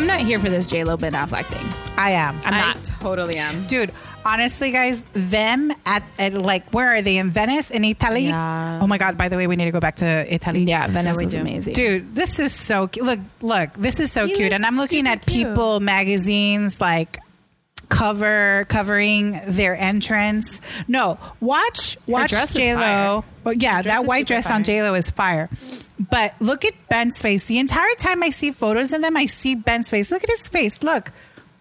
not here for this J Lo Ben Affleck thing. I am. I'm I- not. Totally am. dude. Honestly, guys, them at, at like where are they in Venice in Italy? Yeah. Oh my god! By the way, we need to go back to Italy. Yeah, Venice we is do. amazing. Dude, this is so cute. Look, look, this is so He cute. And looks I'm looking super at cute. People magazines like cover covering their entrance. No, watch watch dress is J Lo. fire. Well, yeah, Her dress that is white super dress on fire. J Lo is fire. But look at Ben's face. The entire time I see photos of them, I see Ben's face. Look at his face. Look.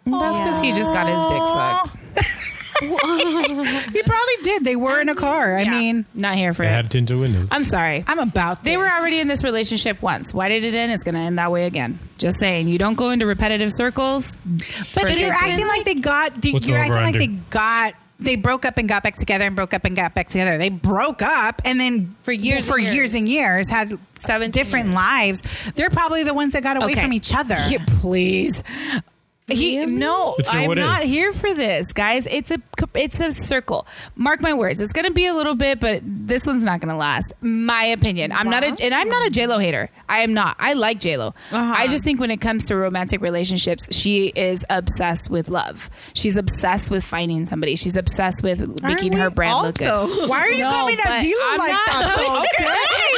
That's because he just got his dick sucked. He probably did. They were in a car. I Yeah. mean, not here for They it. had tinted windows. I'm sorry. I'm about they this. were already in this relationship once. Why did it end? It's going to end that way again. Just saying. You don't go into repetitive circles. But, for but you're things. acting like they got. What's You're the acting like over-under? they got. They broke up and got back together, and broke up and got back together. They broke up and then For years for and years years. and years, had Seventeen different years. lives. They're probably the ones that got away Okay. from each other. Yeah, please. He no, It's a I'm what not if. here for this, guys. It's a it's a circle. Mark my words. It's gonna be a little bit, but this one's not gonna last. My opinion. I'm not a and I'm not a J Lo hater. I am not. I like J Lo. Uh-huh. I just think when it comes to romantic relationships, she is obsessed with love. She's obsessed with finding somebody. She's obsessed with making her we brand all, look though? good. Why are you No, coming but at Dilo I'm like not- that?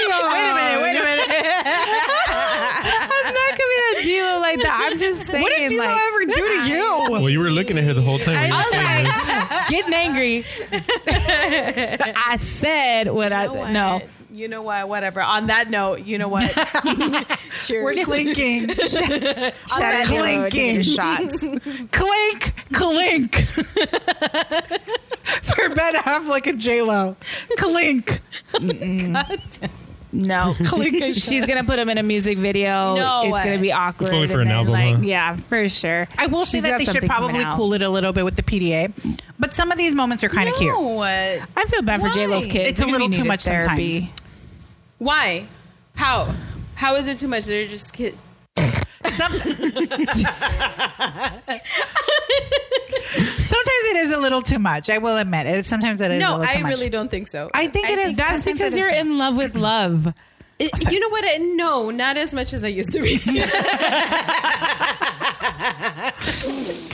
Though? Wait a minute. Wait a minute. I'm not coming at Dilo like that. I'm just saying. What did Dilo like, ever do to you? well, you were looking at her the whole time. when you I were was saying this. like, getting angry. I said what I said. No. Oh, You know what? Whatever. On that note, you know what? Cheers. We're clinking. Shout out Clinking. Dilo and taking shots. clink, clink. For Ben Affleck and J Lo, clink. No. She's gonna put him in a music video. No it's way. gonna be awkward. It's only for and an then, album, Like, huh? Yeah, for sure. I will She's say that got they should something coming probably out. cool it a little bit with the PDA, but some of these moments are kind of cute. What? I feel bad for Why? J Lo's kid. It's a little too much sometimes. Why? How? How is it too much? They're just kid. Some- Sometimes it is a little too much. I will admit it. Sometimes it is. a No, little too I much. really don't think so. I think it is. That's Sometimes it because is. you're in love with love. It- you know what? No, not as much as I used to be.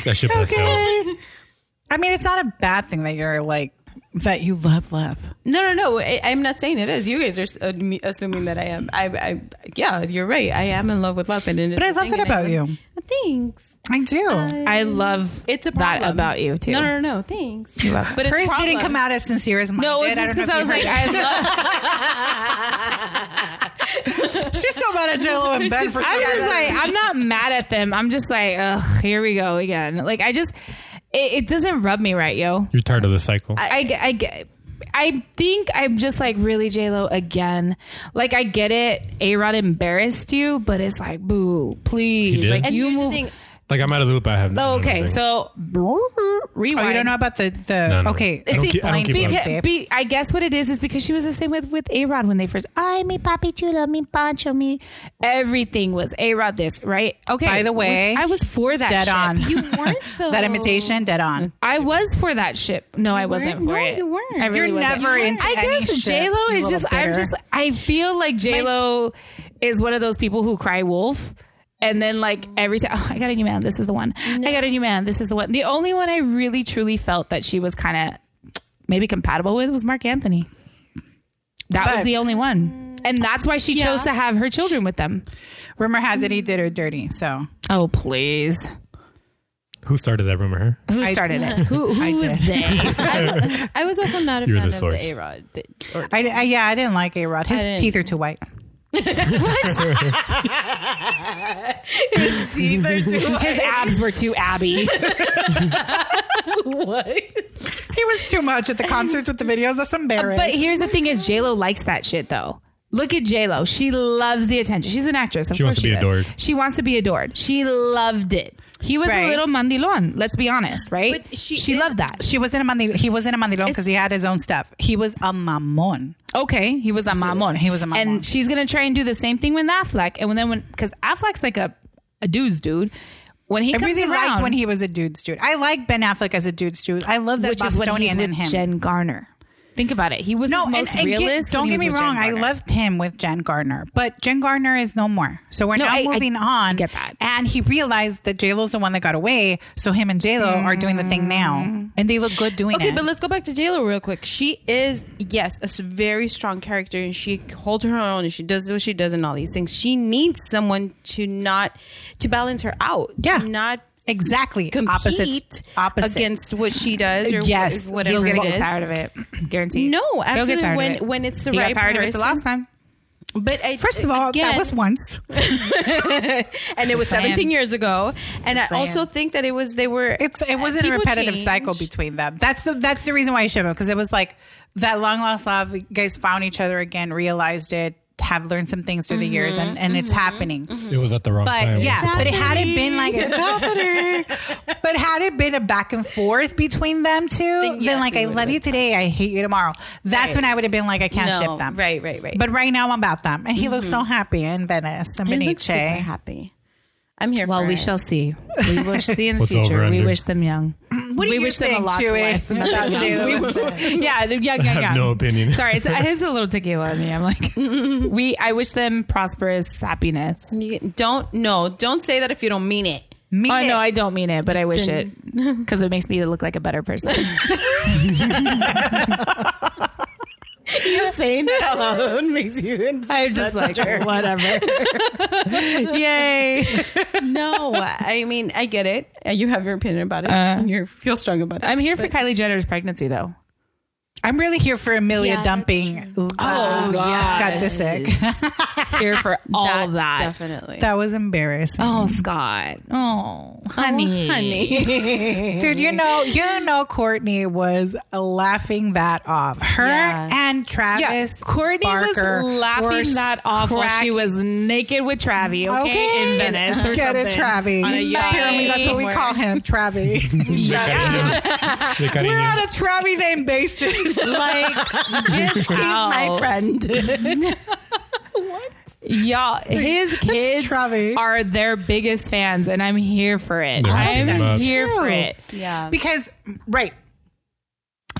That shit passed out. Okay. I mean, it's not a bad thing that you're like that. You love love. No, no, no. I, I'm not saying it is. You guys are s- admi- assuming that I am. I, I, yeah, you're right. I am in love with love, and it is But I a love thing, that and I about you. Thanks. I do. I love It's a problem. that about you too. No, no, no. Thanks. But it's a Hers problem. didn't come out as sincere as mine. No, did. it's just don't know because if I you was like, I heard love it. she's so mad at Jello and Ben for I'm some just reason. like, I'm not mad at them. I'm just like, ugh, here we go again. Like, I just, it, it doesn't rub me right, yo. You're tired of the cycle. I, ge- I, ge- I think I'm just like, really, Lo again. Like, I get it. A Rod embarrassed you, but it's like, boo, please. He did? Like, And you here's the move. thing. like I'm out of the loop. I have. Oh, okay, everything. so rewind. Oh, you don't know about the the. No, no. Okay, I don't it's keep- I don't keep blind up. date. Beca- be- I guess what it is is because she was the same with with A Rod when they first. I mi papi chulo, mi pancho, mi. Everything was A Rod. This right? Okay. By the which way, I was for that. dead shit. on. You weren't though. that imitation dead on. I was for that ship. No, I wasn't weren't? for No, it. you weren't. I really You're wasn't. never into I any guess ships, J Lo you is little just. I'm bitter. just. I feel like J Lo is one of those people who cry wolf. And then, like every time, oh, I got a new man. This is the one. I got a new man. This is the one. The only one I really truly felt that she was kind of maybe compatible with was Mark Anthony. That was But- the only one, and that's why she chose to have her children with them. Rumor has it he did her dirty. So Oh please! Who started that rumor? Her. Who I- started it? Who I who did. was they? I, I was also not a You're fan the of source. the A Rod. I, di- I- yeah, I didn't like A Rod. His didn't- teeth are too white. Teeth are too. His abs were too Abby. He was too much at the concerts with the videos. That's embarrassing. Uh, But here's the thing: is J Lo likes that shit though. Look at J Lo; she loves the attention. She's an actress. Of She wants course to be does. adored. She wants to be adored. She loved it. He was Right. a little mandilon. Let's be honest, right? But she she is- loved that. she wasn't a mandil- he wasn't a mandilon because he had his own stuff. He was a mamon. Okay, he was a mamon. he was a mamon. And she's gonna try and do the same thing with Affleck. And when then when because Affleck's like a a dude's dude. When he I comes really around, liked when he was a dude's dude. I like Ben Affleck as a dude's dude. I love that which is when he's Bostonian with in him. Jen Garner. Think about it. He was No, his and, most and get- realist. don't when he get me was with Jen wrong. I Garner. loved him with Jen Gardner, but Jen Gardner is no more. So we're No, now I- I moving on. get that. And he realized that J Lo's the one that got away. So him and J Lo are doing the thing Mm. now, and they look good doing Okay, it. but let's go back to JLo real quick. She is, yes, a s- very strong character and she holds her own and she does what she does and all these things. She needs someone to not, to balance her out. Yeah. To not exactly compete opposite. Opposite. against what she does or Yes. yes, whatever He's He's it gonna is. get tired of it. Guaranteed. No, He'll get absolutely. tired of When- it. when it's the he right got tired of it the person. last time. But I, First of all, again- that was once. and it was saying. 17 years ago. And I saying. also think that it was they were. It's it wasn't a people repetitive change. cycle between them. That's the that's the reason why I showed up because it was like that long lost love. You guys found each other again, realized it, have learned some things through the years, and Mm-hmm, and it's happening. It was at the wrong But time. yeah, but it had it been like it's happening, but had it been a back and forth between them two, then, yes, like it I would've love been you today, I hate you tomorrow. That's Right. when I would have been like I can't No, ship them. right, right, right. But right now I'm about them, and he looks so happy in Venice and It looks super Benice. happy. I'm here Well, for we it. shall see. We will see in the What's future. over We under? wish them young. What do we you wish them think, a lot to Chewy, life. about J-Lo? yeah, they're young, young, have young. no opinion. Sorry, it's, it's a little tequila on me. I'm like, we. I wish them prosperous happiness. You don't no, don't say that if you don't mean it. Mean oh it. no, I don't mean it, but I wish it because it makes me look like a better person. Saying that alone makes you insane. I'm just like whatever. Yay. no, I mean, I get it. Uh, You have your opinion about it. you feel strong about it. I'm here for Kylie Jenner's pregnancy though. I'm really here for Amelia Yeah, that's dumping. Oh, Scott Disick. Here for all Ah, that. that. Definitely. That was embarrassing, Oh, Scott. Oh, honey. Honey. dude. You know, you know, Courtney was laughing that off. Her Yeah. and Travis, Courtney Barker was laughing were that off while she cracking- was naked with Travi, okay, Okay. in Venice or Get something. it, Travis. On a yacht. Apparently, that's what we call him, Travis. They got We're in. on a Travis name basis. Like, get out. My friend. Y'all, his kids Travi. are their biggest fans, and I'm here for it. Yeah, I'm I love here too. for it. Yeah. because right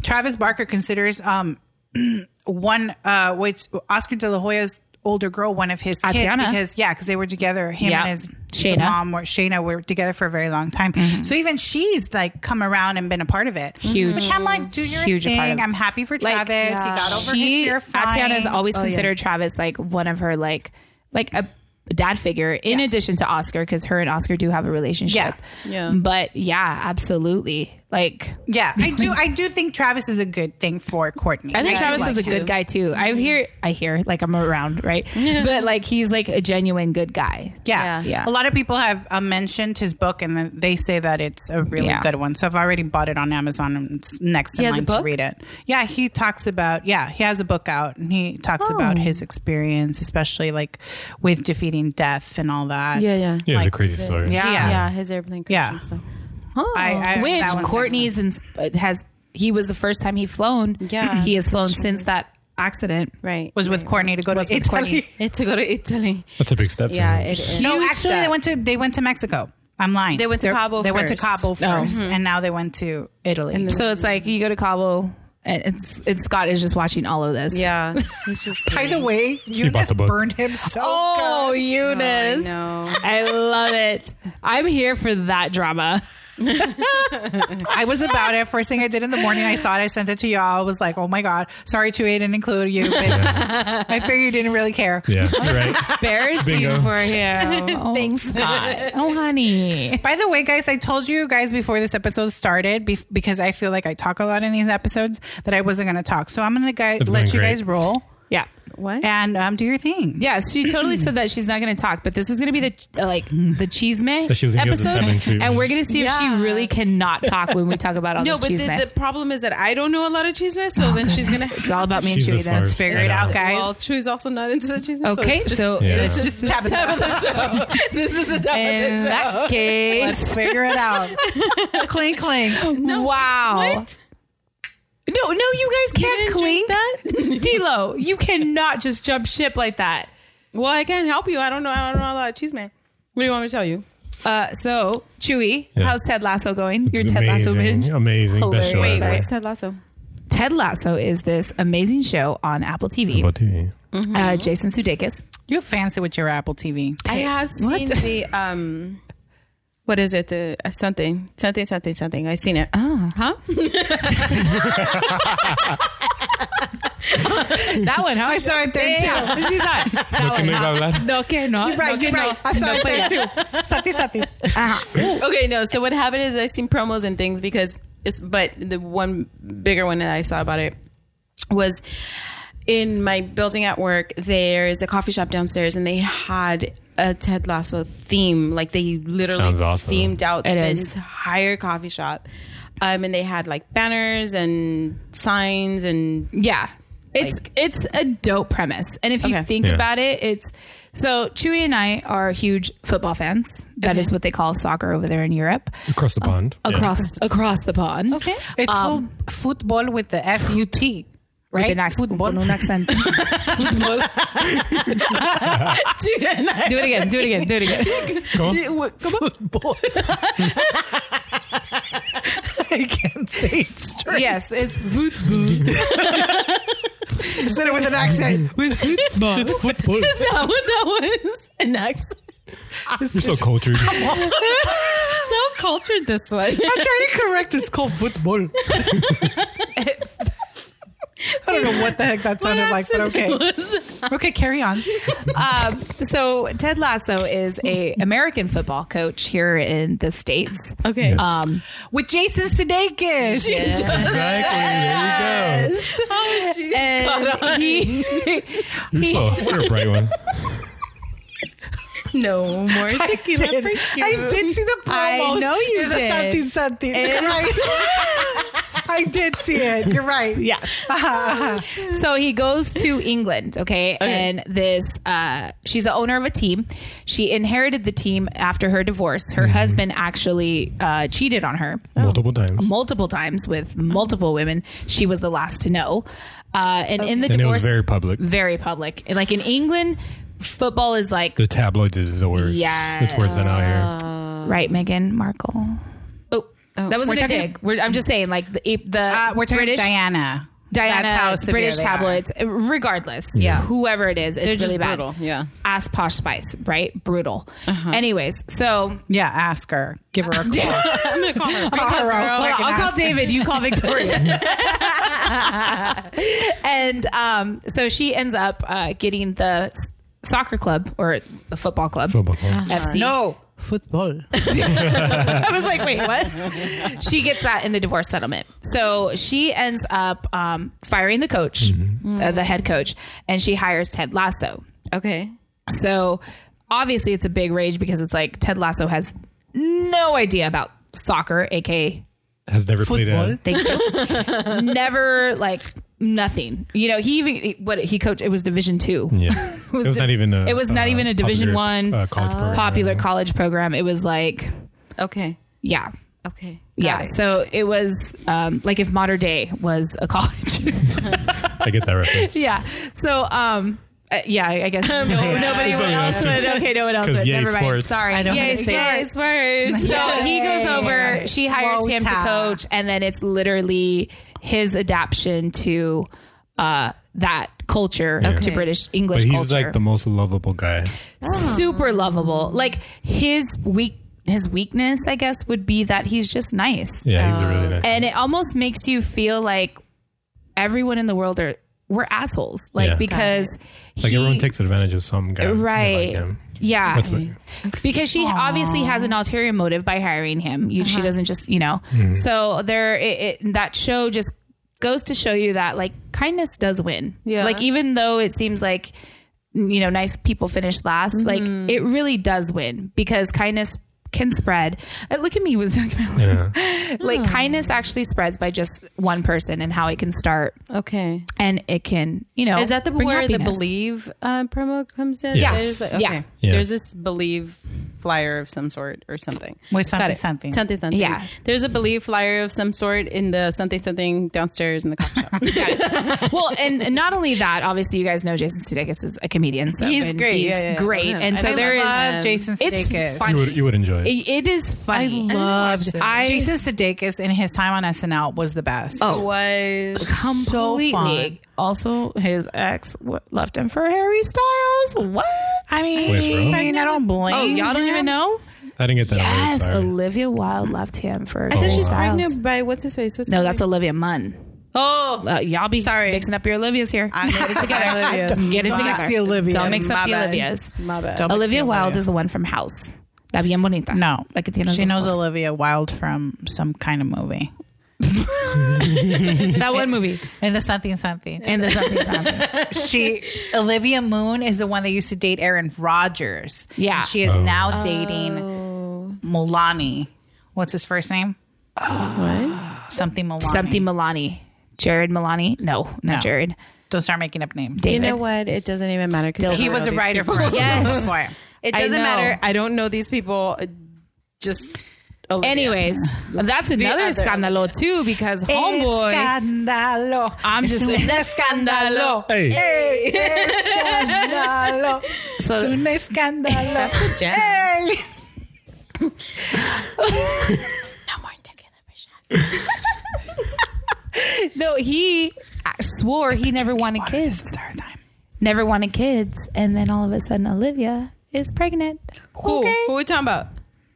travis barker considers um one uh which oscar de la hoya's older girl one of his kids Tatiana. because yeah because they were together him Yeah. and his Shayna. Mm-hmm. the mom were shayna were together for a very long time so even she's like come around and been a part of it Huge. which i'm like do your Huge a part thing of- i'm happy for Like, travis he got over she, his fear of Tatiana has flying. always considered Travis like one of her like like a dad figure in addition to Oscar because her and Oscar do have a relationship. Yeah. But yeah, absolutely. Like yeah i do i do think travis is a good thing for courtney I think do Travis like is a him. good guy too. I hear I hear like I'm around, right? but like he's like a genuine good guy. Yeah. Yeah. A lot of people have uh, mentioned his book and then they say that it's a really Yeah. good one. So I've already bought it on Amazon and it's next He in has a line to book? read it. Yeah, he talks about, yeah, he has a book out and he talks Oh. about his experience, especially like with defeating death and all that. yeah. Yeah, it's a like, crazy story. Yeah. Yeah. his airplane crash Yeah. and stuff. Oh. I, I, Which that one's Courtney's ins- uh, has he was the first time he flown. Yeah, He has flown since that accident. right. excellent. was with Courtney to go to with Courtney. Italy. It's to go to Italy. That's a big step. for Yeah, her. it is. No, Huge actually, they step. went to they went to Mexico. I'm lying. They went to They're- Cabo They went to first. Cabo first, Uh-huh. and now they went to Italy. So it's like you go to Cabo and it's, it's Scott is just watching all of this. Yeah. It's just. By the way, Eunice the book. burned him so Oh, good. Eunice. no. I love it. I'm here for that drama. I was about it. First thing I did in the morning, I saw it. I sent it to y'all. I was like, oh my God, sorry to it and include you. But I figured you didn't really care. Yeah, you're right. Embarrassing Bingo. for him. Oh, Thanks, Scott. Oh, honey. By the way, guys, I told you guys before this episode started bef because I feel like I talk a lot in these episodes that I wasn't going to talk. So I'm going to guys It's let been you great. guys roll Yeah. What? and um, do your thing. Yes, she totally said that she's not going to talk, but this is going to be the uh, like the cheese That she was gonna give us the episode, salmon treatment. and we're going to see if Yeah. she really cannot talk when we talk about all No, this but cheese. the, the problem is that I don't know a lot of cheese, so then she's gonna. it's all about me and She's Chewy. a Then. slurp. Let's figure it Yeah. out, guys. Well, Chewie's also not into the cheese. Okay, so, it's so Yeah. it's just just, just tab of the show. this is the tab in of the show. that case. Let's figure it out. clink, clink. Wow. What? No, no, you guys can't didn't clink drink that. D'Lo, you cannot just jump ship like that. Well, I can't help you. I don't know. I don't know a lot of cheese, man. What do you want me to tell you? Uh, so Chewy, Yeah. how's Ted Lasso going? It's Your Ted Lasso amazing, binge. Amazing. Best show Hilarious. ever. Wait, Ted Lasso? Ted Lasso is this amazing show on Apple TV. About TV. Uh, Jason Sudeikis. You fancy with your Apple TV. I have seen What? the um, what is it? The uh, something, something, something, something. I seen it. Oh, huh? That one, huh? I saw it there too. She's on. No que no iba a hablar. No, que no. You're right, no, you're que right. no. I saw No, it but yeah. there too. Sati, sati. okay, no. So what happened is I seen promos and things because it's but the one bigger one that I saw about it was in my building at work. There is a coffee shop downstairs, and they had a Ted Lasso theme. Like they literally Sounds awesome. themed out It the is. entire coffee shop. Um, and they had like banners and signs and Yeah. It's it's a dope premise. And if you Okay. think Yeah. about it, it's so Chewy and I are huge football fans. That is Okay. what they call soccer over there in Europe. Across the pond. Yeah. Across across the pond. Okay. It's full football with the F U T, right? With an accent. Con un accent. Football. do it again. Do it again. Do it again. Go on. Football. I can't say it straight. Yes, it's Said it with an accent. with football. It's football. Is that what that was? An accent. You're so cultured. So cultured this one. I'm trying to correct. It's called football. I don't know what the heck that sounded like, but okay. Okay, carry on. um, so Ted Lasso is a American football coach here in the states. Okay. Yes. Um, With Jason Sudeikis. exactly. There you go. and he You're so you're a bright one. No more tequila did. for you. I did see the promos. I know you It was did. Something, something. You're right. I did see it. You're right. Yeah. so he goes to England, okay? And this, uh, she's the owner of a team. She inherited the team after her divorce. Mm-hmm. Her husband actually uh, cheated on her Multiple times. multiple times with multiple women. She was the last to know. Uh, and in the And it was divorce, very public. very public. Like in England, football is like The tabloids is the worst. It's worse than out here. right, Meghan Markle. Oh, that wasn't we're a talking- dig. We're, I'm just saying, like the the Uh, we're talking British Diana. Diana, That's how severe British they are. tabloids, regardless, yeah, whoever it is, it's just really bad. brutal, yeah. ask Posh Spice, right? Brutal. Uh-huh. Anyways, so Yeah, ask her. Give her a call. I'm gonna call her. Call her real quick and ask. David. You call Victoria. and um, so she ends up uh, getting the s- soccer club or the football club, Football club. FC. No. Football. I was like, wait, what? she gets that in the divorce settlement. So she ends up um, firing the coach, uh, the head coach, and she hires Ted Lasso. Okay. So obviously, it's a big rage because it's like Ted Lasso has no idea about soccer, aka Has never played Football. it. Thank you. Never like nothing. You know, he even he- what he coached. It was Division Two. Yeah. It was, not even a. It was not uh, even a Division popular, One uh, college program. popular college program. It was like Okay. yeah. Okay. yeah, Got it. so it was um, like if modern day was a college. I get that reference. yeah, so um, uh, yeah, I I guess no, nobody Something else else to- would. Okay, no one else 'Cause would. yay, Never mind. sports. Sorry, I don't Yay, yay, So he goes over. She hires him to Wota. coach, and then it's literally his adaptation to uh, that culture to Okay. British But English he's culture. like the most lovable guy. super lovable. Like his weak his weakness, I guess, would be that he's just nice, Yeah, he's a really nice. and it almost makes you feel like everyone in the world are we're assholes, like Yeah. Got because like he- everyone takes advantage of some guy. right. Like him. yeah, That's what, because she obviously has an ulterior motive by hiring him. You, Uh-huh. She doesn't just, you know. Hmm. So there, it, it, that show just goes to show you that like kindness does win. Yeah. Like even though it seems like you know nice people finish last, Mm-hmm. like it really does win because kindness can spread. Uh, look at me with yeah. like Hmm. kindness actually spreads by just one person and how it can start Okay. and it can you know Is that the bring where the happiness. believe uh, promo comes in? Yes. There's, Yeah. Yeah. There's this believe flyer of some sort or something. With Got something, it. something. Something, something. Yeah. There's a believe flyer of some sort in the something, something downstairs in the coffee shop. well, and, and not only that, obviously you guys know Jason Sudeikis is a comedian, so He's and great. He's Yeah, yeah, yeah. great, Yeah. and so I there is love Jason it's Sudeikis. fun- You would, you would enjoy it. It, it is I funny. loved I- Jason Sudeikis in his time on SNL was the best. Oh. Was completely. fun. Also, his ex w- left him for Harry Styles. What? I Wait, for mean, real? I mean, I don't blame. oh, y'all don't him. even know? I didn't get that. Yes, right, sorry. Olivia Wilde left him for I Harry thought she's Styles. pregnant by what's his face? What's No, his that's name? Olivia Munn. oh. Uh, y'all be Sorry. mixing up your Olivias here. I'm it together. Olivia's. Get it Don't mix together. the Olivias. Don't mix up My the bad. Olivias. My bad. Don't mix Olivia the Wilde Olivia. is the one from House. La bien bonita. No, La que tiene she los knows ojos. Olivia Wilde from some kind of movie. that one movie. And Eh, the something something. And there's nothing happening. she Olivia Moon is the one that used to date Aaron Rodgers. Yeah. And she is Oh. now dating Molani. What's his first name? What? Something Molani. Something Milani. Jared Milani. No, not No. Jared. Don't start making up names. David. You know what? It doesn't even matter. 'cause I He don't was know a these writer for people. us. Yes. Before. It I doesn't know. matter. I don't know these people. Uh, Just Olivia. Anyways, that's another other. scandalo too because homeboy. Escándalo. I'm Es just- un escándalo. Hey. Hey, escándalo. Es So un escándalo. That's a gem. Hey. No more ticket shot. no, he swore he never wanted kids, It's our time. never wanted kids, and then all of a sudden Olivia is pregnant. Who? Who are we talking about?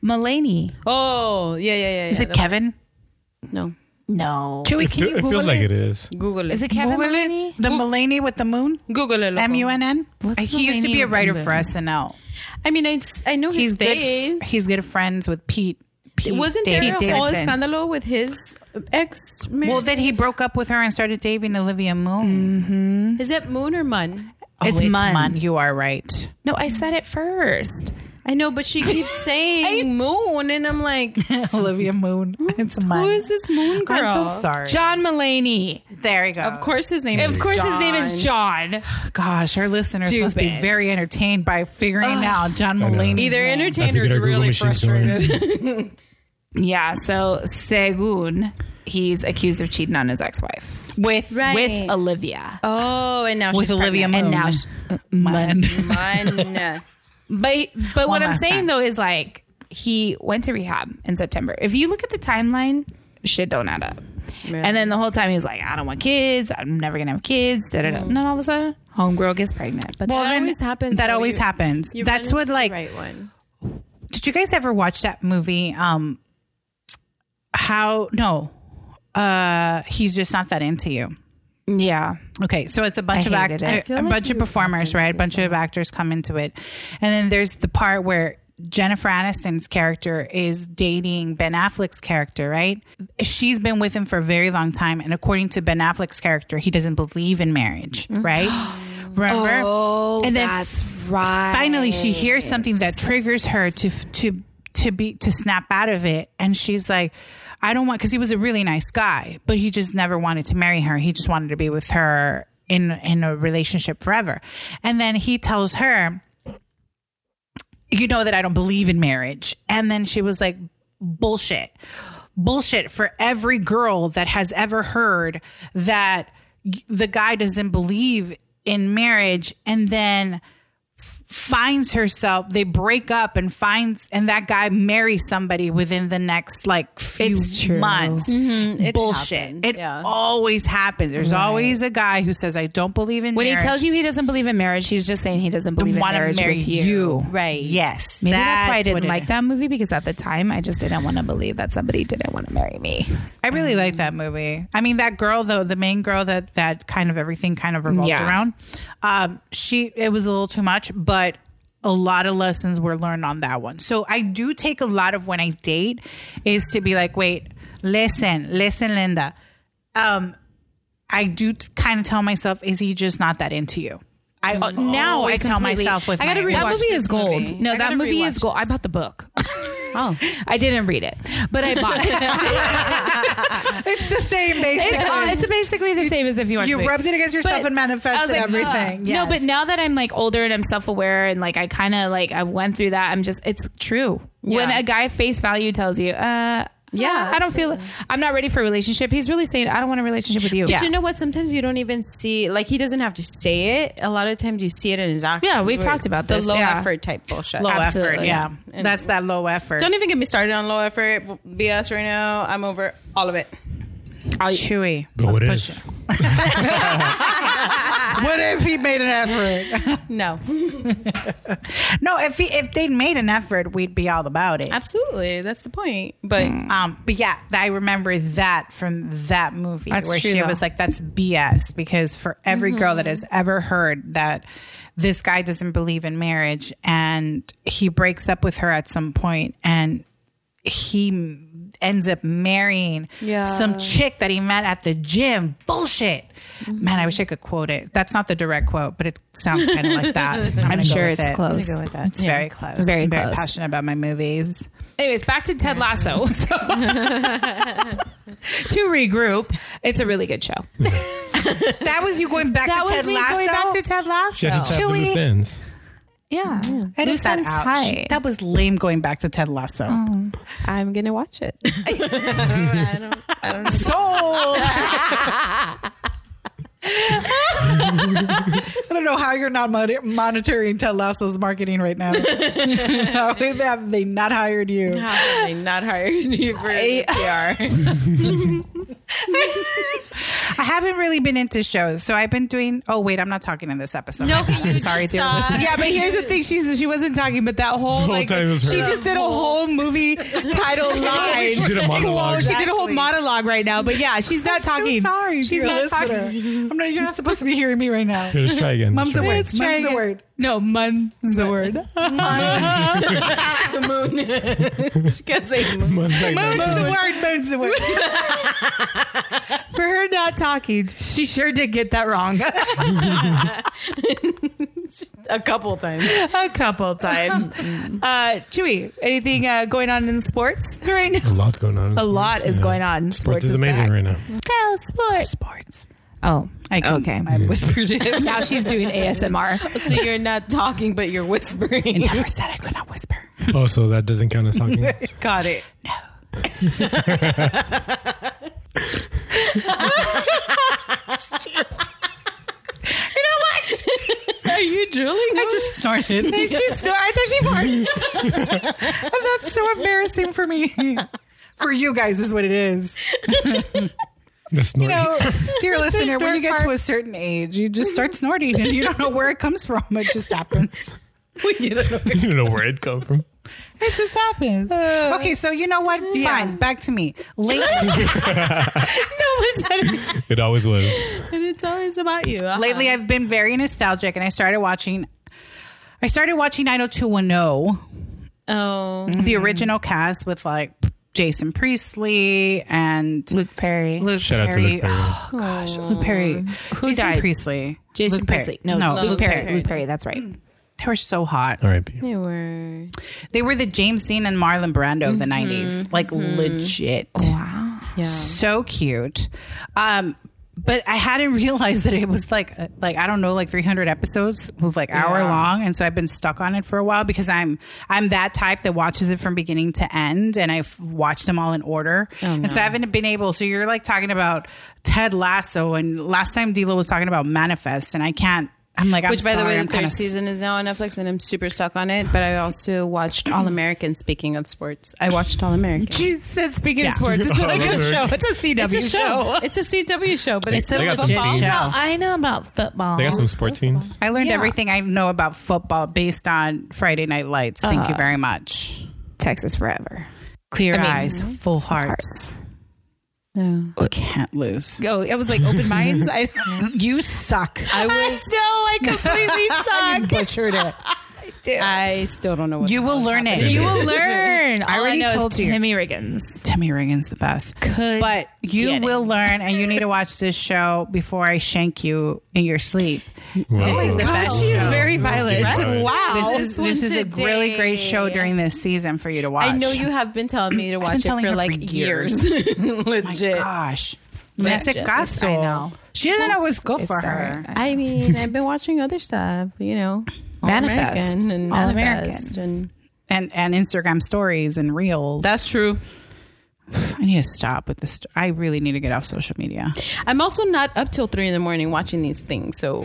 Mulaney. Oh, yeah, yeah, yeah. Is yeah. it Kevin? No. No. Chewy, It, can feel- you it Google feels like it is. Google it. Is it Kevin Google it. Mulaney? The Mulaney with the moon. Google it. loco. M U N N. What's He used to Mulaney be a with writer the for moon? SNL. I mean, I, s- I know He's his face. good. He's good friends with Pete. Pete Wasn't there Davidson. Pete a whole Davidson. scandal with his ex? Well, then he broke up with her and started dating Olivia Moon. Is it Moon or Mm. Mun? Oh, It's Munn. You are right. No, I said it first. I know, but she keeps saying Moon, and I'm like, Olivia Moon. It's Munn. who is this Moon girl? I'm so sorry. John Mulaney. there you go. Of course, his name. Of is course, John. his name is John. Gosh, our listeners must be Stupid. very entertained by figuring out John Mulaney. Either entertained Let's get our or Google really machine frustrated. Yeah. So Segun, he's accused of cheating on his ex-wife with Right. with Olivia. Oh, and now with she's Olivia pregnant. Moon. And now, she, Munn. Mun. but but One what I'm last saying time. though is like he went to rehab in September. If you look at the timeline, shit don't add up. And then the whole time he was like, I don't want kids. I'm never gonna have kids. Da, da, da. And then all of a sudden, homegirl gets pregnant. But Mm. Well, That then always happens, That though. always You- happens. You That's run what into the like right one. Did you guys ever watch that movie? Um, how no, uh, he's just not that into you. yeah, Okay, so it's a bunch of act- hated it. I a, a bunch of performers, right? A bunch of actors come into it, and then there's the part where Jennifer Aniston's character is dating Ben Affleck's character, right? She's been with him for a very long time, and according to Ben Affleck's character, he doesn't believe in marriage, Mm-hmm. right? Remember? Oh, and then that's right. finally she hears something that triggers her to to to be to snap out of it and she's like i don't want because he was a really nice guy but he just never wanted to marry her he just wanted to be with her in in a relationship forever and then he tells her you know that i don't believe in marriage and then she was like bullshit bullshit for every girl that has ever heard that y- the guy doesn't believe in marriage and then finds herself they break up and finds and that guy marries somebody within the next like few It's true. Mm-hmm. months It bullshit happens, it yeah. always happens there's always a guy who says i don't believe in When marriage he tells you he doesn't believe in marriage, he's just saying he doesn't believe in want to marriage marry with you. you. Right. yes Maybe that's, why I what didn't it like is. that movie because at the time I just didn't want to believe that somebody didn't want to marry me. i really like Um, that movie i mean that girl though the main girl that that kind of everything kind of revolves Yeah. around um she it was a little too much but a lot of lessons were learned on that one so i do take a lot of when i date is to be like wait listen listen linda Um, I do kind of tell myself, is he just not that into you? I uh, now I Always tell completely- myself with I gotta my- re- that watch movie this is gold. movie. No, I that gotta movie rewatch is gold. I bought the book. Oh, I didn't read it, but I bought it. It's the same basically. It's, all- it's basically the same as if you watched you the movie. rubbed it against yourself But and I manifested was like, everything. "Ugh." Yes. No, but now that I'm like older and I'm self-aware and like I kind of like I went through that, I'm just it's true. When Yeah. a guy face value tells you, uh yeah, I don't feel I'm not ready for a relationship. He's really saying I don't want a relationship with you. But you know what? Sometimes you don't even see. Like he doesn't have to say it. A lot of times you see it in his actions. Yeah, we've where talked about the this, low yeah. effort type bullshit. low effort. Absolutely. Yeah, that's that low effort. Don't even get me started on low effort BS right now. I'm over all of it. chewy. But what Let's push if? it. what if he made an effort? No, No, if he, if they'd made an effort, we'd be all about it. absolutely. That's the point. But Mm. Um, but yeah, I remember that from that movie That's where true, she though. Mm-hmm. was like, "That's BS." Because for every girl that has ever heard that this guy doesn't believe in marriage and he breaks up with her at some point and he m- ends up marrying Yeah. some chick that he met at the gym, bullshit. Mm-hmm. Man, I wish I could quote it. That's not the direct quote, but it sounds kind of like that. I'm, gonna go sure with it's it. close. I'm gonna go with that. It's very close. Very I'm very close. passionate about my movies. Anyways, back to Ted Lasso. So- to regroup, it's a really good show. That was you going back that to was Ted me Lasso. going back to Ted Lasso. She had to tap the Chewy. loose ends. yeah, Edit loose that ends out. tight. Oh. She- that was lame going back to Ted Lasso. I'm gonna watch it. I don't. I don't. know. Sold. I don't know how you're not mon- monitoring Ted Lasso's marketing right now. how have they not hired you? How have they not hired you for I- PR? I haven't really been into shows, so I've been doing. Oh wait, I'm not talking in this episode. No, My bad. you I'm sorry, just dear stop. listener. Yeah, but here's the thing: she's she wasn't talking, but that whole, whole like time was her. she just did a whole movie title line. She did a monologue. Well, she did a whole monologue right now, but yeah, she's not I'm talking. So sorry, she's dear not listener. talking. I'm not. You're not supposed to be hearing me right now. Here, let's try again. Mum's Let's the try word. again. Let's try Mum's the again. word. No, mun's the word. Mum's like, Moon's the word. Moon's the word. For her not talking, she sure did get that wrong A couple times. a couple times. Uh, Chewy, anything uh, going on in sports right now? A lot's going on. in A sports, lot is yeah. going on. Sports, Sports is is amazing back. right now. Go sports. Sports. Oh, I can- okay. I whispered it. now she's doing ASMR. So you're not talking, but you're whispering. never said I could not whisper. Oh, so that doesn't count as talking. Got it. No. Are you drooling? I just snorted. She's snor- I thought she farted. That's so embarrassing for me. For you guys is what it is. That's You know, dear listener, when snort you get to part. a certain age, you just start snorting and you don't know where it comes from. It just happens. you don't know where it come from. It just happens. Uh, Okay, so you know what? Fine. Back to me. Late no one said it. It always lives. And it's always about you. Lately, I've been very nostalgic, and I started watching. I started watching 90210, Oh. the Mm-hmm. original cast with like Jason Priestley and Luke Perry. Luke Shout out to Perry. Luke Perry. Oh gosh, Luke Perry. Who Jason died? Priestley. Jason Luke Perry. Priestley. No, Luke, Perry. Luke Perry. That's right. They were so hot. All right, B. They were. They were the James Dean and Marlon Brando of the Mm-hmm. '90s. Like legit. Yeah. so cute. Um, but I hadn't realized that it was like uh, like I don't know like 300 episodes with like hour long, and so I've been stuck on it for a while because I'm I'm that type that watches it from beginning to end, and I've watched them all in order, Oh, and so I haven't been able. So you're like talking about Ted Lasso, and last time Dilo was talking about Manifest, and I can't. I'm like, I'm Which, by the sorry, way, I'm the kinda third s- season is now on Netflix, and I'm super stuck on it. But I also watched All American. Speaking of sports, I watched All American. He said, speaking Yeah. of sports, it's like a Luke Perry. show. It's a CW It's a CW show, but it's They a got some football. teams. show. I know about football. They got some sports teams. I learned Yeah. everything I know about football based on Friday Night Lights. Thank you very much. Texas forever. Clear eyes, full hearts. Can't lose. Oh, I was like open minds. I You suck. I was. no, I completely suck. you butchered it. I still don't know what. You will learn it. You will learn. All I already know is told you. Timmy Riggins. Timmy Reagan's the best. Could But you get will learn, and you need to watch this show before I shank you in your sleep. Wow. This is the best She is show. very This is violent. deep. Wow. this This is one this is a today. really great show during this season for you to watch. I know you have been telling me to watch it telling for her like for years. Oh years. Legit. Gosh, me hace Legit. caso. I know. She doesn't know what's good for all her. right. I mean, I've been watching other stuff, you know, All Manifest. American and All manifest and And and Instagram stories and reels. that's true. I need to stop with this. I really need to get off social media. I'm also not up till three in the morning watching these things, so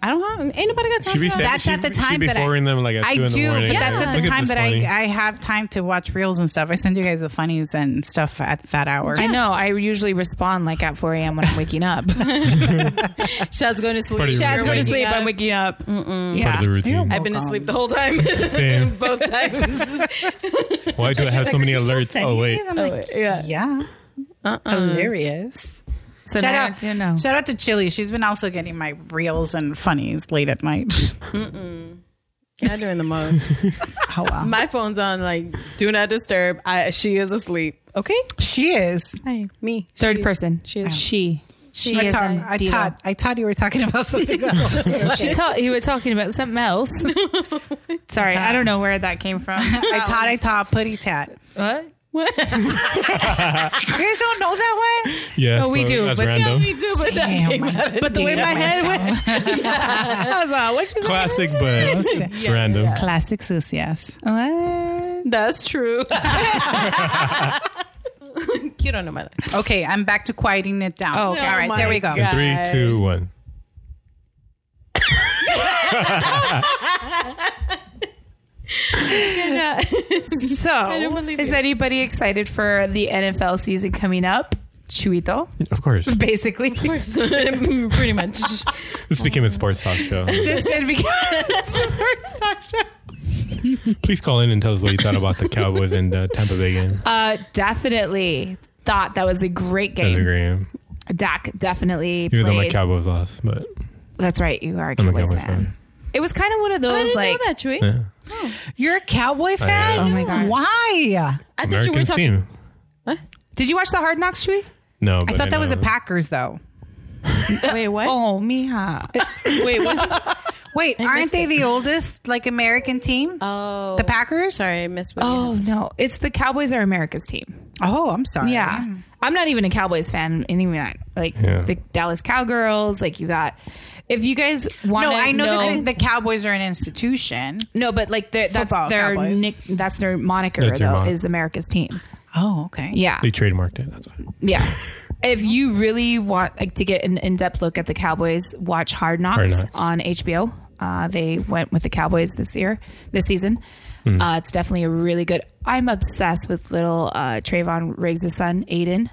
I don't have. Ain't nobody got time. She'd be for sent- that. That's she'd- at the she'd time be that I- forwarding them like at I two in the do, morning. but that's like, at "Look the time this that funny." I, I have time to watch reels and stuff. I send you guys the funnies and stuff at that hour. I know. I usually respond like at 4 a.m. when I'm waking up. Shad's going to sleep. part of your Shad's going to routine. sleep. I'm waking. waking up. Mm. part of the routine. I've been asleep the whole time. Same. Both times. Why do I have so many alerts? Oh wait, I'm like, yeah, Uh-uh. hilarious. So Shout now out, I do know. shout out to Chili. She's been also getting my reels and funnies late at night. Not doing the most. oh wow, My phone's on like do not disturb. I she is asleep. Okay. she is. Hi, me. Third She- person. she She. is- She. She I, is. taught, a I diva. taught. I taught you were talking about something else. She taught. You were talking about something else. Sorry, I don't know where that came from. I taught. I taught. Putty tat. What? You guys don't know that one. yeah, No, we that's- do, That's but- random. We do, but that Damn, came my- out of but the way data. my head went. I was like, what she's Classic, but it's random. Classic Seuss, yes. That's true. you don't know my life. Okay, I'm back to quieting it down. Oh, okay. All Oh right, my there we go. In three, Guys. two, one. So, believe is anybody excited for the NFL season coming up? Chuito, Of course, basically. Pretty much. this became a sports talk show. this should be. Please call in and tell us what you thought about the Cowboys and uh, Tampa Bay game. Uh, definitely thought that was a great That was a game. great game. Dak definitely Even though my played. Cowboys lost, but That's right, you are a I'm a Cowboys Cowboys fan. fan. It was kind of one of those like that, Chewy. Yeah. You're a cowboy fan? Oh my gosh. Why? I thought you were Americans talking. team. Did you watch the Hard Knocks, Chewy? No, I but thought that was know. the Packers, though. Wait, what? Oh, mija. Wait, what? Just, Wait, aren't they the oldest, like, American team? oh, the Packers? sorry, I missed. What Oh no, it's the Cowboys are America's team. Oh, I'm sorry. Yeah, I'm not even a Cowboys fan anyway. Like Yeah. the Dallas Cowgirls. Like you got. If you guys want No, to, I know that the, the Cowboys are an institution. no, but like they're- that's Football their Cowboys. nick. That's their moniker That's their though. mon- is America's team. Oh, okay. Yeah, They trademarked it. That's fine. yeah. If you really want like, to get an in-depth look at the Cowboys, watch Hard Knocks, Knocks. on HBO. Uh, they went with the Cowboys this year, this season. Uh, it's definitely a really good. I'm obsessed with little uh, Trayvon Riggs' son, Aiden.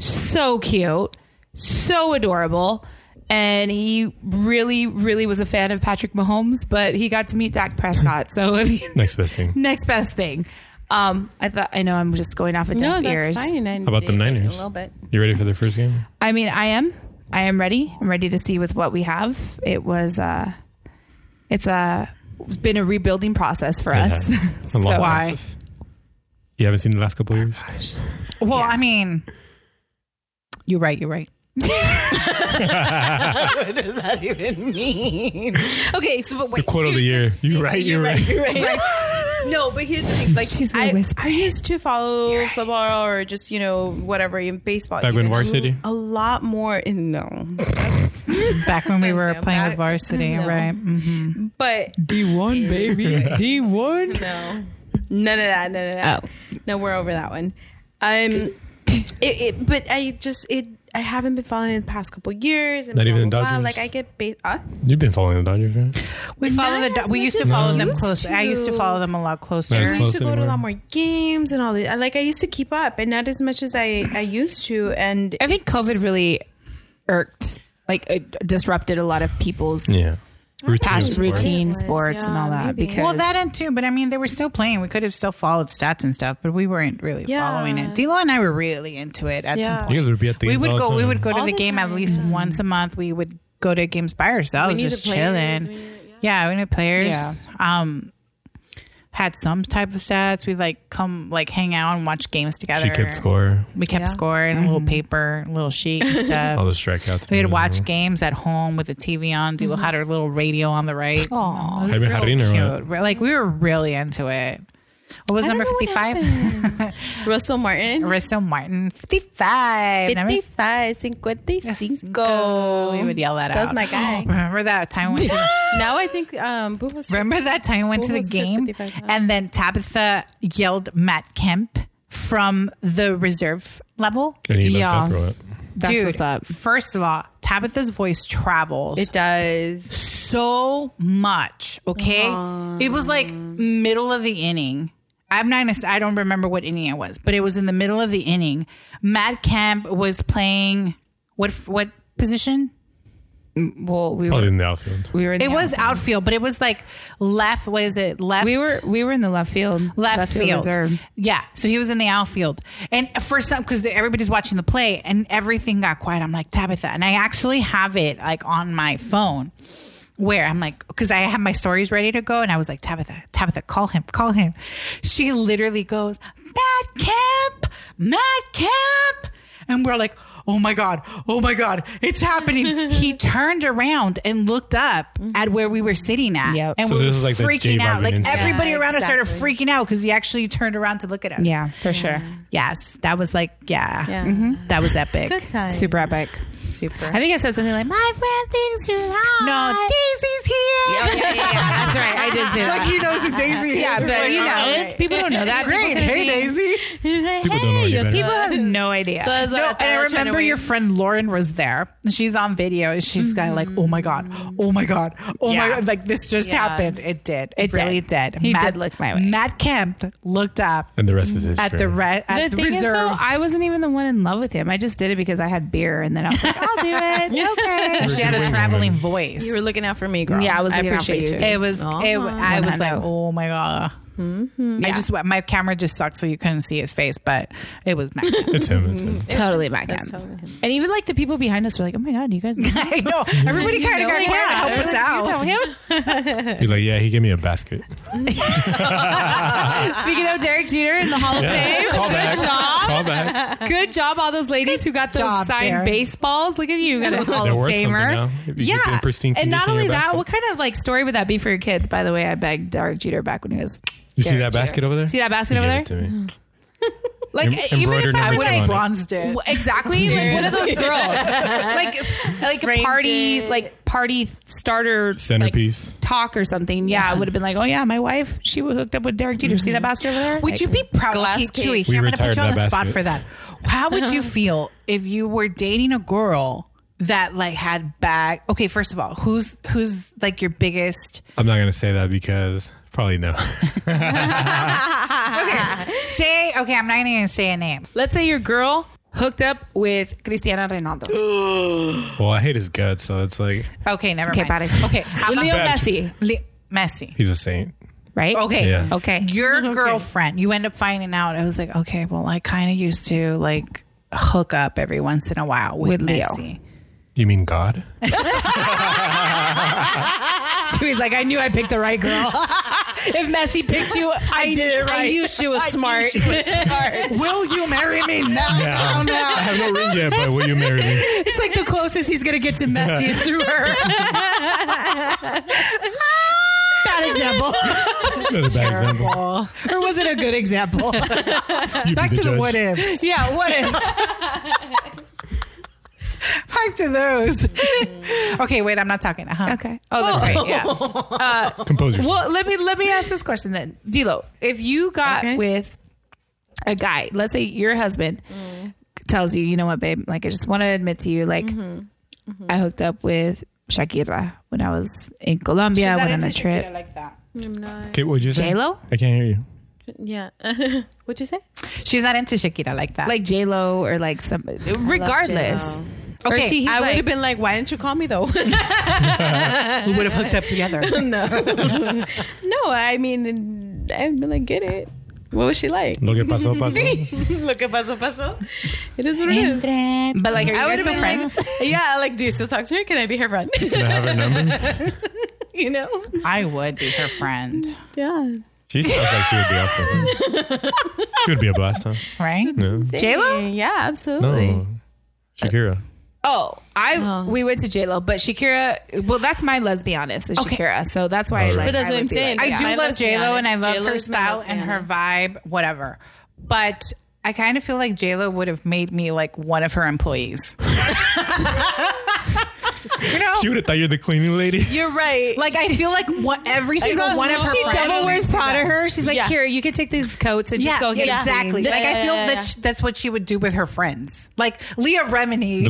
so cute, so adorable. And he really, really was a fan of Patrick Mahomes, but he got to meet Dak Prescott. So, I mean, Next best thing. next best thing. Um, I thought I know I'm just going off of No, deaf that's ears. fine. I How about the did Niners? A little bit. You ready for the first game? I mean, I am. I am ready. I'm ready to see with what we have. It was uh it's uh been a rebuilding process for us. Yeah. A long So- Why? process. You haven't seen the last couple of years? Well, I mean, you're right. You're right. Okay, so but wait. Quote of the year. here's You right, you right. You're right. no, but here's the thing. Like, She's gonna I, whisper I used to follow football or just you know whatever in baseball. Back when even a l- varsity? a lot more. In, no, Back when we were Dun-dun, playing back- with varsity, No. right? Mm-hmm. but D1, baby. D1. No, none of that. None of Oh. that. No, we're over that one. Um, it, it, but I just it. I haven't been following it the past couple years. And Not even the blah, blah, blah. Dodgers? Like I get ba- uh, You've been following the Dodgers, right? We follow the. as We much used to as I follow them used close. I used to to. follow them a lot closer. Not I as used close to go to a lot anymore. more games and all that. I- Like I used to keep up, and not as much as I I used to. And I think COVID really irked like it disrupted a lot of people's Yeah. Routine. past of sports. routine It was, sports and all yeah, that maybe. because Well, that and too, but I mean, they were still playing. We could have still followed stats and stuff, but we weren't really Yeah. following it. D'Lo and I were really into it at Yeah. some You point. guys would be at the We games would all the go. We time. would go to All the the game time, at least once a month. We would go to games by ourselves, need the just players, chilling. we need- yeah. we need players. Yeah. Um, had some type of stats. We like come like hang out and watch games together. She kept score. We kept Yeah. score and a Mm-hmm. little paper, a little sheet and All stuff. the strikeouts. We would Mm-hmm. watch games at home with the TV on. Dilo Mm-hmm. had her little radio on the right. Oh, Have you had dinner on it? Like we were really into it. What was number fifty five? Russell Martin. Risto Martin, fifty five. Number 55, 55. Cinco. We would yell that That's out. my guy. Remember that time we went to now I think um, who was Remember that time we went to the Almost took game 55 now. and then Tabitha yelled Matt Kemp from the reserve level? And he looked Yeah. up for it. That's Dude, what's up. First of all, Tabitha's voice travels It does. so much. Okay, it was like middle of the inning. I'm not. Gonna, s- I don't remember what inning it was, but it was in the middle of the inning. Matt Kemp was playing what? What position? Well, we Probably were in the outfield. we were in It the was outfield, but it was like left. What is it? Left. we were we were in the left field left, field. reserve. Yeah, so he was in the outfield, and for some because everybody's watching the play, and everything got quiet. I'm like Tabitha, and I actually have it like on my phone where I'm like because I have my stories ready to go, and I was like Tabitha, Tabitha, call him, call him. She literally goes, Matt Camp, Matt Camp. And we're like, oh my God, oh my God, it's happening. he turned around and looked up at where we were sitting at. Yep. And So we were this is like the J freaking out. Balvin Like incident. everybody everybody Yeah, around us started exactly. freaking out because he actually turned around to look at us. Yeah, for sure. Yes, that was like, yeah, Mm-hmm. Yeah. that was epic. time. Super epic. Super. I think I said something like my friend thinks you're hot. No, Daisy's here. Oh, yeah, yeah, yeah. That's right. I did say Like that. he knows who Daisy is. Yeah, It's but like, you know, alright. people don't know that. great. People, Hey, Daisy. People don't know you better. people have no idea. Todas No, las and I horas remember your trying friend Lauren was there. She's on video. She's got like, oh my god, oh my god, oh my Yeah. god, like this just Yeah. happened. It did. It It, really did. did. He did look my way. Matt Kemp looked up And the rest is history. at the re- at the, reserve. though, I wasn't even the one in love with him. I just did it because I had beer, and then I was like, I'll do it. okay. she had a Wait, traveling wait. voice. You were looking out for me, girl. Yeah, I was I looking out for appreciate you. you. It was. It, I was like, 100. oh my god. I Yeah. just my camera just sucked, so you couldn't see his face, but it was Matt. It's him. It's him. Totally back then. That's totally him. And even like the people behind us were like, oh my God, you guys. know I know everybody kind of got him? quiet They're like, to help us out. You know him? He's like, yeah, he gave me a basket. Speaking of Derek Jeter in the Hall of Yeah. Fame, Call back. good job. Call back. Good job, all those ladies who got those job, signed Derek. baseballs. Look at you, you got a Hall They're of worth something Famer. now. If you keep yeah, in pristine and not condition, only your that, basket. what kind of like story would that be for your kids? By the way, I begged Derek Jeter back when he was You see Derek that basket Jeter. over there? See that basket You over gave there? it To me. Like Em- even embroidered if I number was two on like it. Bronzed it. w- exactly like one of those girls, like s- like a Framed party it. like party starter like, Centerpiece. talk or something. Yeah, I would have been like, oh yeah, my wife she hooked up with Derek Jeter. See that basket over there? Would Like, you be proud? Glass Okay, case. Chewy, We here, I'm going to put retired you on the that spot basket. for that. How would you feel if you were dating a girl that like had bag? Okay, first of all, who's who's like your biggest? I'm not gonna say that because probably no. Say okay, I'm not even going to say a name. Let's say your girl hooked up with Cristiano Ronaldo. well, I hate his guts, so it's like Okay, never Okay, bad mind. example. Okay, With Leo bad. Messi, Le- Messi. he's a saint. right? Okay. Yeah. Okay. Your girlfriend, you end up finding out. I was like, okay, well, I kind of used to like hook up every once in a while With with, Leo. Messi. You mean God? Chewy's like, I knew I picked the right girl. if Messi picked you, I, did it right. I knew she was I knew smart. she Will you marry me now? Yeah. I have no ring yet, but will you marry me? It's like the closest he's gonna get to Messi is through her. Bad example. That's a bad example. Or was it a good example? You be Back to the judge. what ifs. yeah, what is? Back to those. Okay, wait, I'm not talking. Uh-huh. Okay. Oh, that's right. Yeah. Compose yourself. Well, let me let me ask this question then, Dilo. If you got Okay. with a guy, let's say your husband tells you, you know what, babe? Like, I just want to admit to you, like, I hooked up with Shakira when I was in Colombia. went on a trip. Like that. I'm not. Okay, what'd you say? J-Lo? I can't hear you. Yeah. What'd you say? She's not into Shakira like that. Like J Lo or like some, regardless. J-Lo. Or Okay, she, he's I would like, have been like, why didn't you call me though? we would have hooked up together. no, I mean, I'd be like, get it. What was she like? Lo que pasó, pasó. Look que pasó, pasó. It is what it is. Entre- but like, are you I guys would have still been friends? like, yeah, like, do you still talk to her? Can I be her friend? Can I have her number? you know? I would be her friend. Yeah. She sounds like she would be awesome. she would be a blast, huh? right? No. J Lo? Yeah, absolutely. No. Shakira. Oh, I we went to J Lo, but Shakira. Well, that's my lesbianist is Okay. Shakira, so that's why. I Alright. like, But that's I what would I'm be saying. Like, I Yeah, do my love J Lo lesbianist. and I love her J-Lo's my style and her vibe, whatever. But I kind of feel like J Lo would have made me like one of her employees. you know, Oh. She would have thought you're the cleaning lady. You're right. like I feel like what every single She one of her she friends. double wears Prada her. She's like, Yeah. here, you can take these coats and Yeah, just go get exactly. them." Like I feel yeah, yeah. that sh- that's what she would do with her friends. Like Leah Remini, The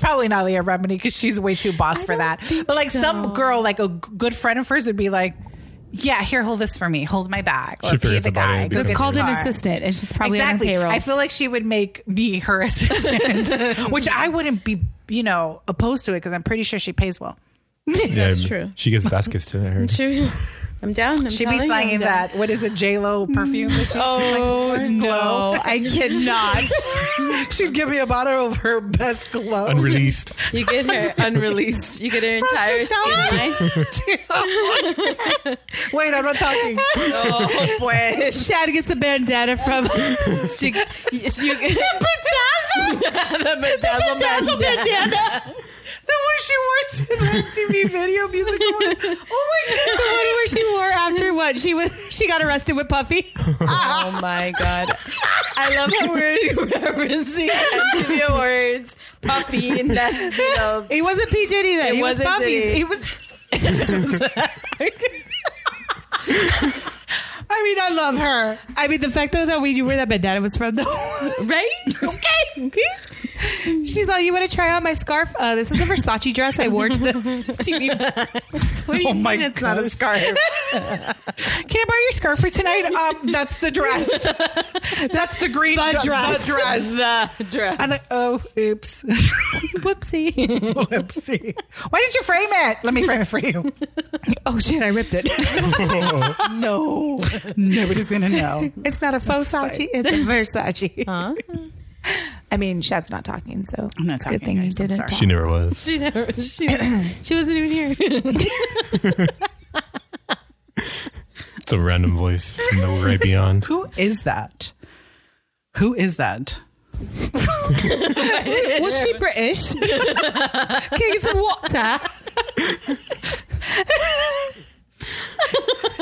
probably not Leah Remini because she's way too boss for that. But like some girl, like a g- good friend of hers, would be like, "Yeah, here, hold this for me. Hold my bag. Or She pay forgets the about it guy. and Go becomes get It's the called an car." assistant, and she's probably exactly. on her payroll. I feel like she would make me her assistant, which I wouldn't be, you know, opposed to it because I'm pretty sure she pays well. That's Yeah, true. She gets baskets too. I heard. True. I'm down. I'm She'd be telling you, I'm slanging down. that. What is it, J Lo perfume? that she- Oh no, I cannot. She'd give me a bottle of her best glow. Unreleased. you get her unreleased. You get her entire skin line. Wait, I'm not talking. Oh boy. Shad gets a bandana from She, she, the bedazzle, the bedazzle, Dazzle bandana. The one she wears in the MTV video music award. Oh my the one where she wore after what she was she got arrested with Puffy. Oh my god! I love how we're referencing MTV Awards, Puffy, and that you know. It wasn't P Diddy then. It It, was wasn't Puffy's. Diddy. It was god! I mean, I love her. I mean the fact though that we wore that bandana was from the Right? Okay. She's like, you want to try on my scarf? Uh, this is a Versace dress I wore to the TV. What do you Oh my mean it's not a gosh. scarf? Can I borrow your scarf for tonight? Um, that's the dress. That's the green the dress. The dress. The dress. And I, oh, oops, Whoopsie. whoopsie. Why didn't you frame it? Let me frame it for you. Oh shit! I ripped it. No. Nobody's gonna know. It's not a faux Sachi. It's a Versace. I mean, Shad's not talking, so I'm not it's a talking, good thing he guys. I'm didn't. sorry. Talk. She never was. She never. She, she wasn't even here. It's a random voice from the right beyond. Who is that? Who is that? Was she British? Can you get some water?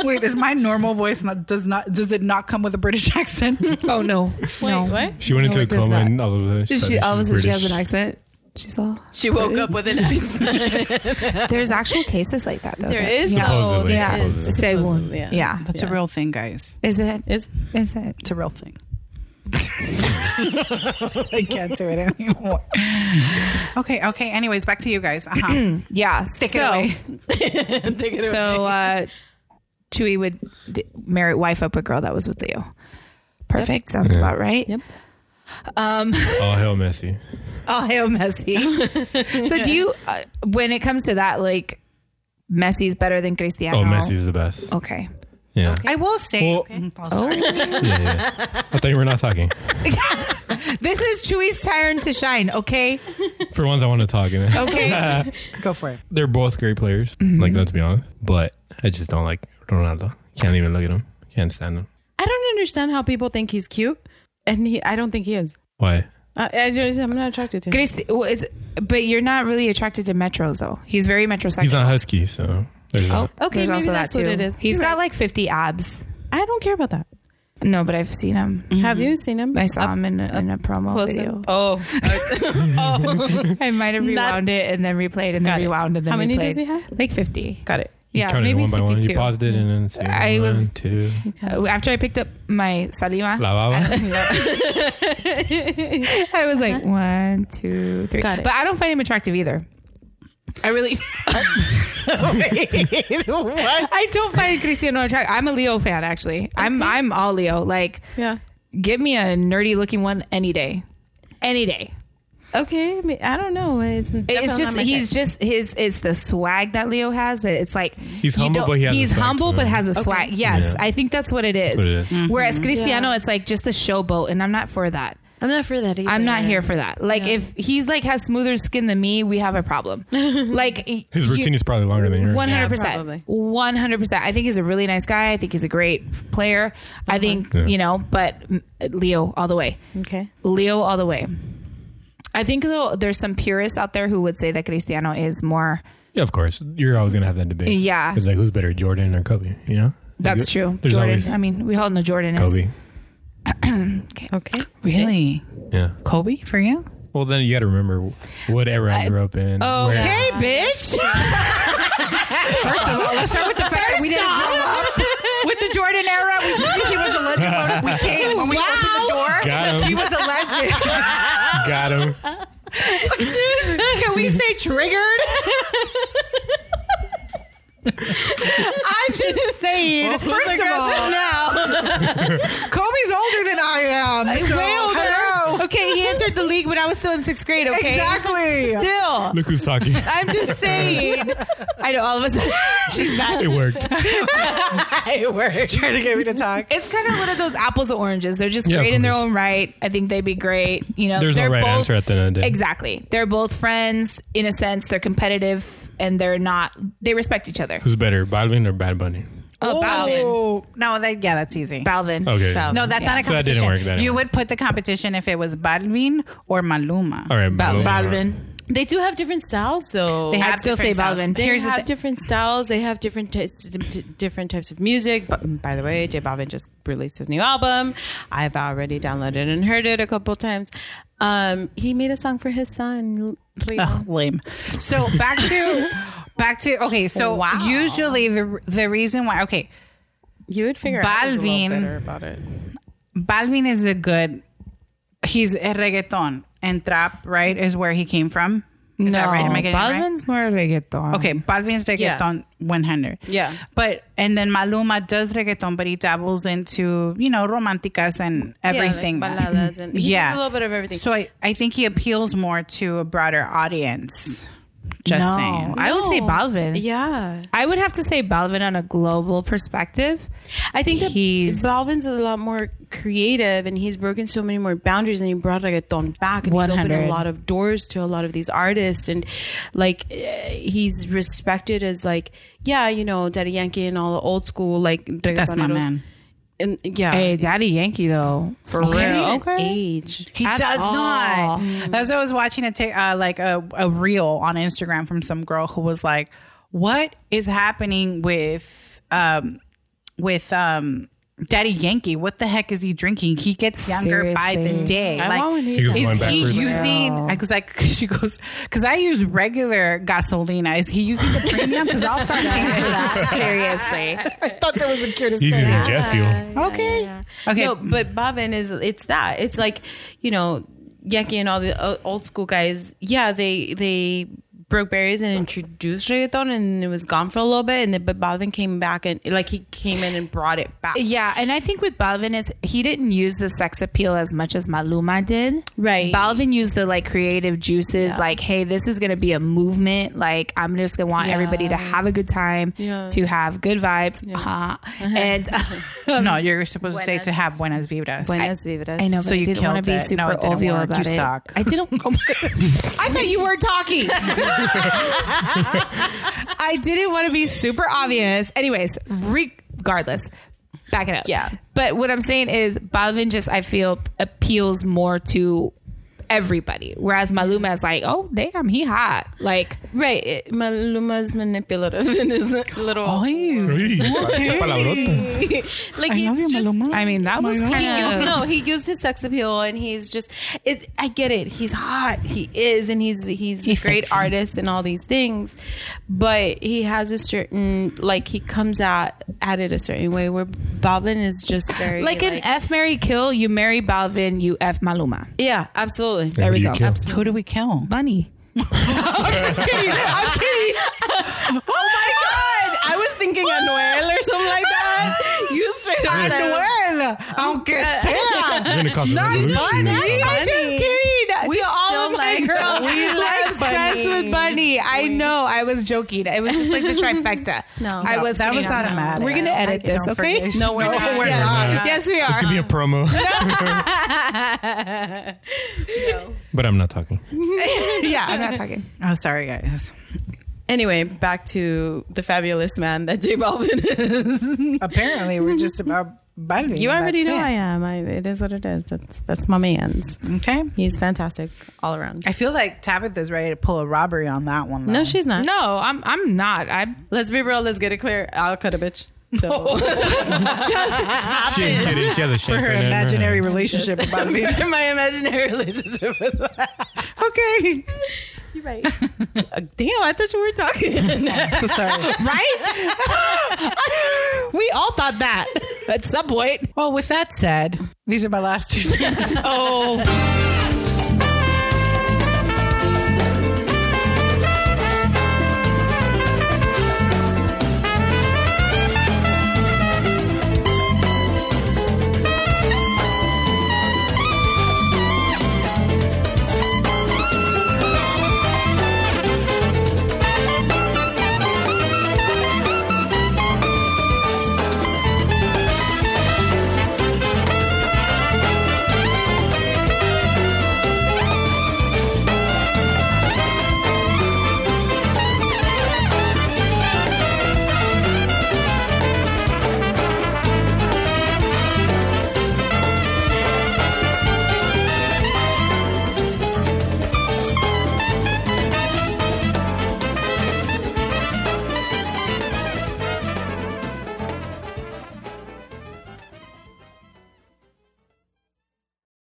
Wait, is my normal voice not does not does it not come with a British accent? Oh no, no. What? She went No, into it the does coma not. and all of a Did sudden she all of a she's sudden she has British. an accent? She's all. She woke up with an accent. There's actual cases like that though. There that- is Yeah. no- Supposedly, Yeah. supposedly. Say one. Supposedly, yeah. Yeah. That's a real thing, guys. Is it? It's Is it? It's a real thing. I can't do it anymore. Okay, okay. Anyways, back to you guys. Uh-huh. Yeah. Take so, it away. take it away. So uh, Chewy would d- marry wife up a girl that was with Leo. Perfect. Sounds about right. Yep. Um. All Oh, hell messy. all hail Oh, Messi. so do you, uh, when it comes to that, like Messi's better than Cristiano? Oh, Messi is the best. Okay. Yeah. I will say. Well- Okay. Oh, sorry. yeah, yeah. I thought you were not talking. This is Chewy's turn to shine. Okay. For once, I want to talk. You Oh. know? Okay. Go for it. They're both great players. Mm-hmm. Like, let's be honest. But I just don't like Ronaldo. Can't even look at him. Can't stand him. I don't understand how people think he's cute, and he. I don't think he is. Why? I, I don't, I'm not attracted to him. Cristi- well, it's, but you're not really attracted to metros though. He's very metrosexual. He's not husky, so there's Oh, okay. that. Okay, There's maybe also that's that too. what it is. He's You're got like right. 50 abs. I don't care about that. No, but I've seen him. Have you seen him? Mm-hmm. I saw him in a, in a promo Close video. up. Oh, I might have Not- rewound it and then replayed and then Got it. rewound and then how many replayed. does he have? Like 50. Got it. You yeah, counted it maybe one by one. You 52. paused it and then said, I was- one, two. Uh, After I picked up my salima, La baba. I was like one, two, three. Got it. But I don't find him attractive either. I really, what? I don't find Cristiano attractive. I'm a Leo fan, actually. I'm, I'm all Leo. Like, Yeah. give me a nerdy looking one any day, any day. Okay. I, mean, I don't know. It's, it's definitely not just my he's type. just his. It's the swag that Leo has. That it's like He's you humble, don't- but he has a he's swag humble, to but him. has a Okay. Mm-hmm. swag. Yes, Yeah. I think that's what it is. what it is. Whereas Cristiano, Yeah. it's like just the showboat, and I'm not for that. I'm not for that either. I'm not here for that. Like if he's like has smoother skin than me, we have a problem. like His routine is probably longer than yours. One hundred Yeah, percent, probably. one hundred percent. I think he's a really nice guy. I think he's a great player. Uh-huh. I think Yeah. you know, but mm, Leo all the way. Okay. Leo all the way. I think though there's some purists out there who would say that Cristiano is more. Yeah, of course. You're always gonna have that debate. Yeah. It's like who's better, Jordan or Kobe? You know. That's Like, true. There's Jordan. always I mean, we all know Jordan is. Kobe. Okay. Really? Yeah. Kobe for you? Well, then you got to remember what era I grew up in. where- Oh, Okay, bitch. First of all, let's start with the fact that we didn't grow up with the Jordan era. We just think he was a legend when we came. When we opened the door, Got him. he was a legend. Got him. Can we say triggered? I'm just saying. First of all, Kobe's older than I am. He's so, way older. hello. Okay, he entered the league when I was still in sixth grade. Okay, Exactly. Still, Look who's talking. I'm just saying. I know all of a sudden she's not. It worked. Trying to get me to talk. It's kind of one of those apples and oranges. They're just Yeah, of great in their course. own right. I think they'd be great. You know, There's no they're right both, answer at the end of the day. Exactly. They're both friends in a sense. They're competitive and they're not. They respect each other. Who's better, Balvin or Bad Bunny? Oh, Balvin. Oh, no, that, yeah, that's easy. Balvin. Okay. Balvin. No, that's not a competition. So that didn't work, that didn't you work. would put the competition if it was Balvin or Maluma. All right. Bal- Balvin. Balvin. They do have different styles, though. They have I'd still say different styles. Balvin. They Here's the have thing. different styles. They have different types, d- different types of music. But mm, by the way, J Balvin just released his new album. I've already downloaded and heard it a couple times. Um, he made a song for his son. Rico. Ugh, lame. So back to back to okay. So Wow. usually the the reason why okay You would figure out I was a little Balvin. better about it. Balvin is a good. He's a reggaeton and trap right is where he came from. Is that right? Am I getting it right? Oh, more reggaeton. Okay, Balvin's reggaeton 100. Yeah. But, and then Maluma does reggaeton, but he dabbles into, you know, romanticas and everything. Yeah, like balladas and he does a little bit of everything. So I, I think he appeals more to a broader audience. Just no, saying. I would say No. Balvin. yeah, I would have to say Balvin on a global perspective. I think that He's- Balvin's a lot more creative, and he's broken so many more boundaries, and he brought reggaeton back, and he's opened a 100. lot of doors to a lot of these artists, and like eh, he's respected as like yeah, you know, Daddy Yankee and all the old school like That's my reggaetoneros. man. and yeah, Hey, Daddy Yankee though, for Okay. real. He's an age. He At does all. not. Mm. That's what I was watching a ta- uh, like a, a reel on Instagram from some girl who was like, "What is happening with um with um Daddy Yankee? What the heck is he drinking? He gets younger by the Seriously. day. I like, want one of He these. was going is he backwards. using? Because like she goes, because I use regular gasolina. Is he using the premium? Because I'll start paying for that. Seriously. I thought that was the cutest He's using thing. jet fuel. Okay. Okay. No, but Bavin is it's that. It's like, you know, Yankee and all the o- old school guys, yeah, they they broke barriers and introduced reggaeton and it was gone for a little bit and then but Bavin came back and like he came in and brought it back. Yeah, and I think with Balvin is he didn't use the sex appeal as much as Maluma did. Right. Balvin used the like creative juices, like, hey, this is gonna be a movement. Like, I'm just gonna want everybody to have a good time, Yeah. to have good vibes, uh-huh. and um, no, you're supposed to say to have buenas vibras. Buenas vibras. I know, but So I you didn't killed want to be it. super No, it didn't ovial work. about You it. suck. I didn't. oh my- I thought you were talking. I didn't want to be super obvious. Anyways, regardless, back it up. Yeah. But what I'm saying is, Balvin just I feel appeals more to everybody, whereas Maluma is like, oh damn, he hot. Like Right. It, Maluma's manipulative in his little Oh, Esta palabrota. like he's just I mean, that was He kind used, no, he used his sex appeal, and he's just it's. I get it. He's hot. He is, and he's he's a He's great sexy. artist and all these things, but he has a certain like he comes at at it a certain way where Balvin is just very like an F Mary kill, you marry Balvin, you F Maluma. yeah, absolutely. There we go. of. Who do we kill? Bunny. Oh my god! I was thinking Anuel or something like that. You straight up Noel, aunque Uh, sea. We're gonna cause a revolution. Bunny. I'm just kidding. We to all still of my like- girls, we we like like obsessed with Bunny. I know. I was joking. It was just like the trifecta. No. I was. that kidding. No, was no. automatic. We're gonna edit I this, don't okay? forget. No, we're not. we're Yes. not. Yes, we This could be are. a promo. But I'm not talking. yeah, I'm not talking. Oh, sorry, guys. Anyway, back to the fabulous man that J Balvin is. Apparently, we're just about bunny. You already know That's I it. am. I, it is what it is. That's that's my man's. Okay. He's fantastic all around. I feel like Tabitha's ready to pull a robbery on that one. Though. No, she's not. No, I'm. I'm not. I'm Let's be real. Let's get it clear. I'll cut a bitch. So just. She didn't get it. She has a for shank her right now in her imaginary hand. relationship with Bunny. my imaginary relationship with okay. You're right. Uh, Damn, I thought you were talking. So sorry. we all thought that at some point. Well, with that said, these are my last two sentences. oh.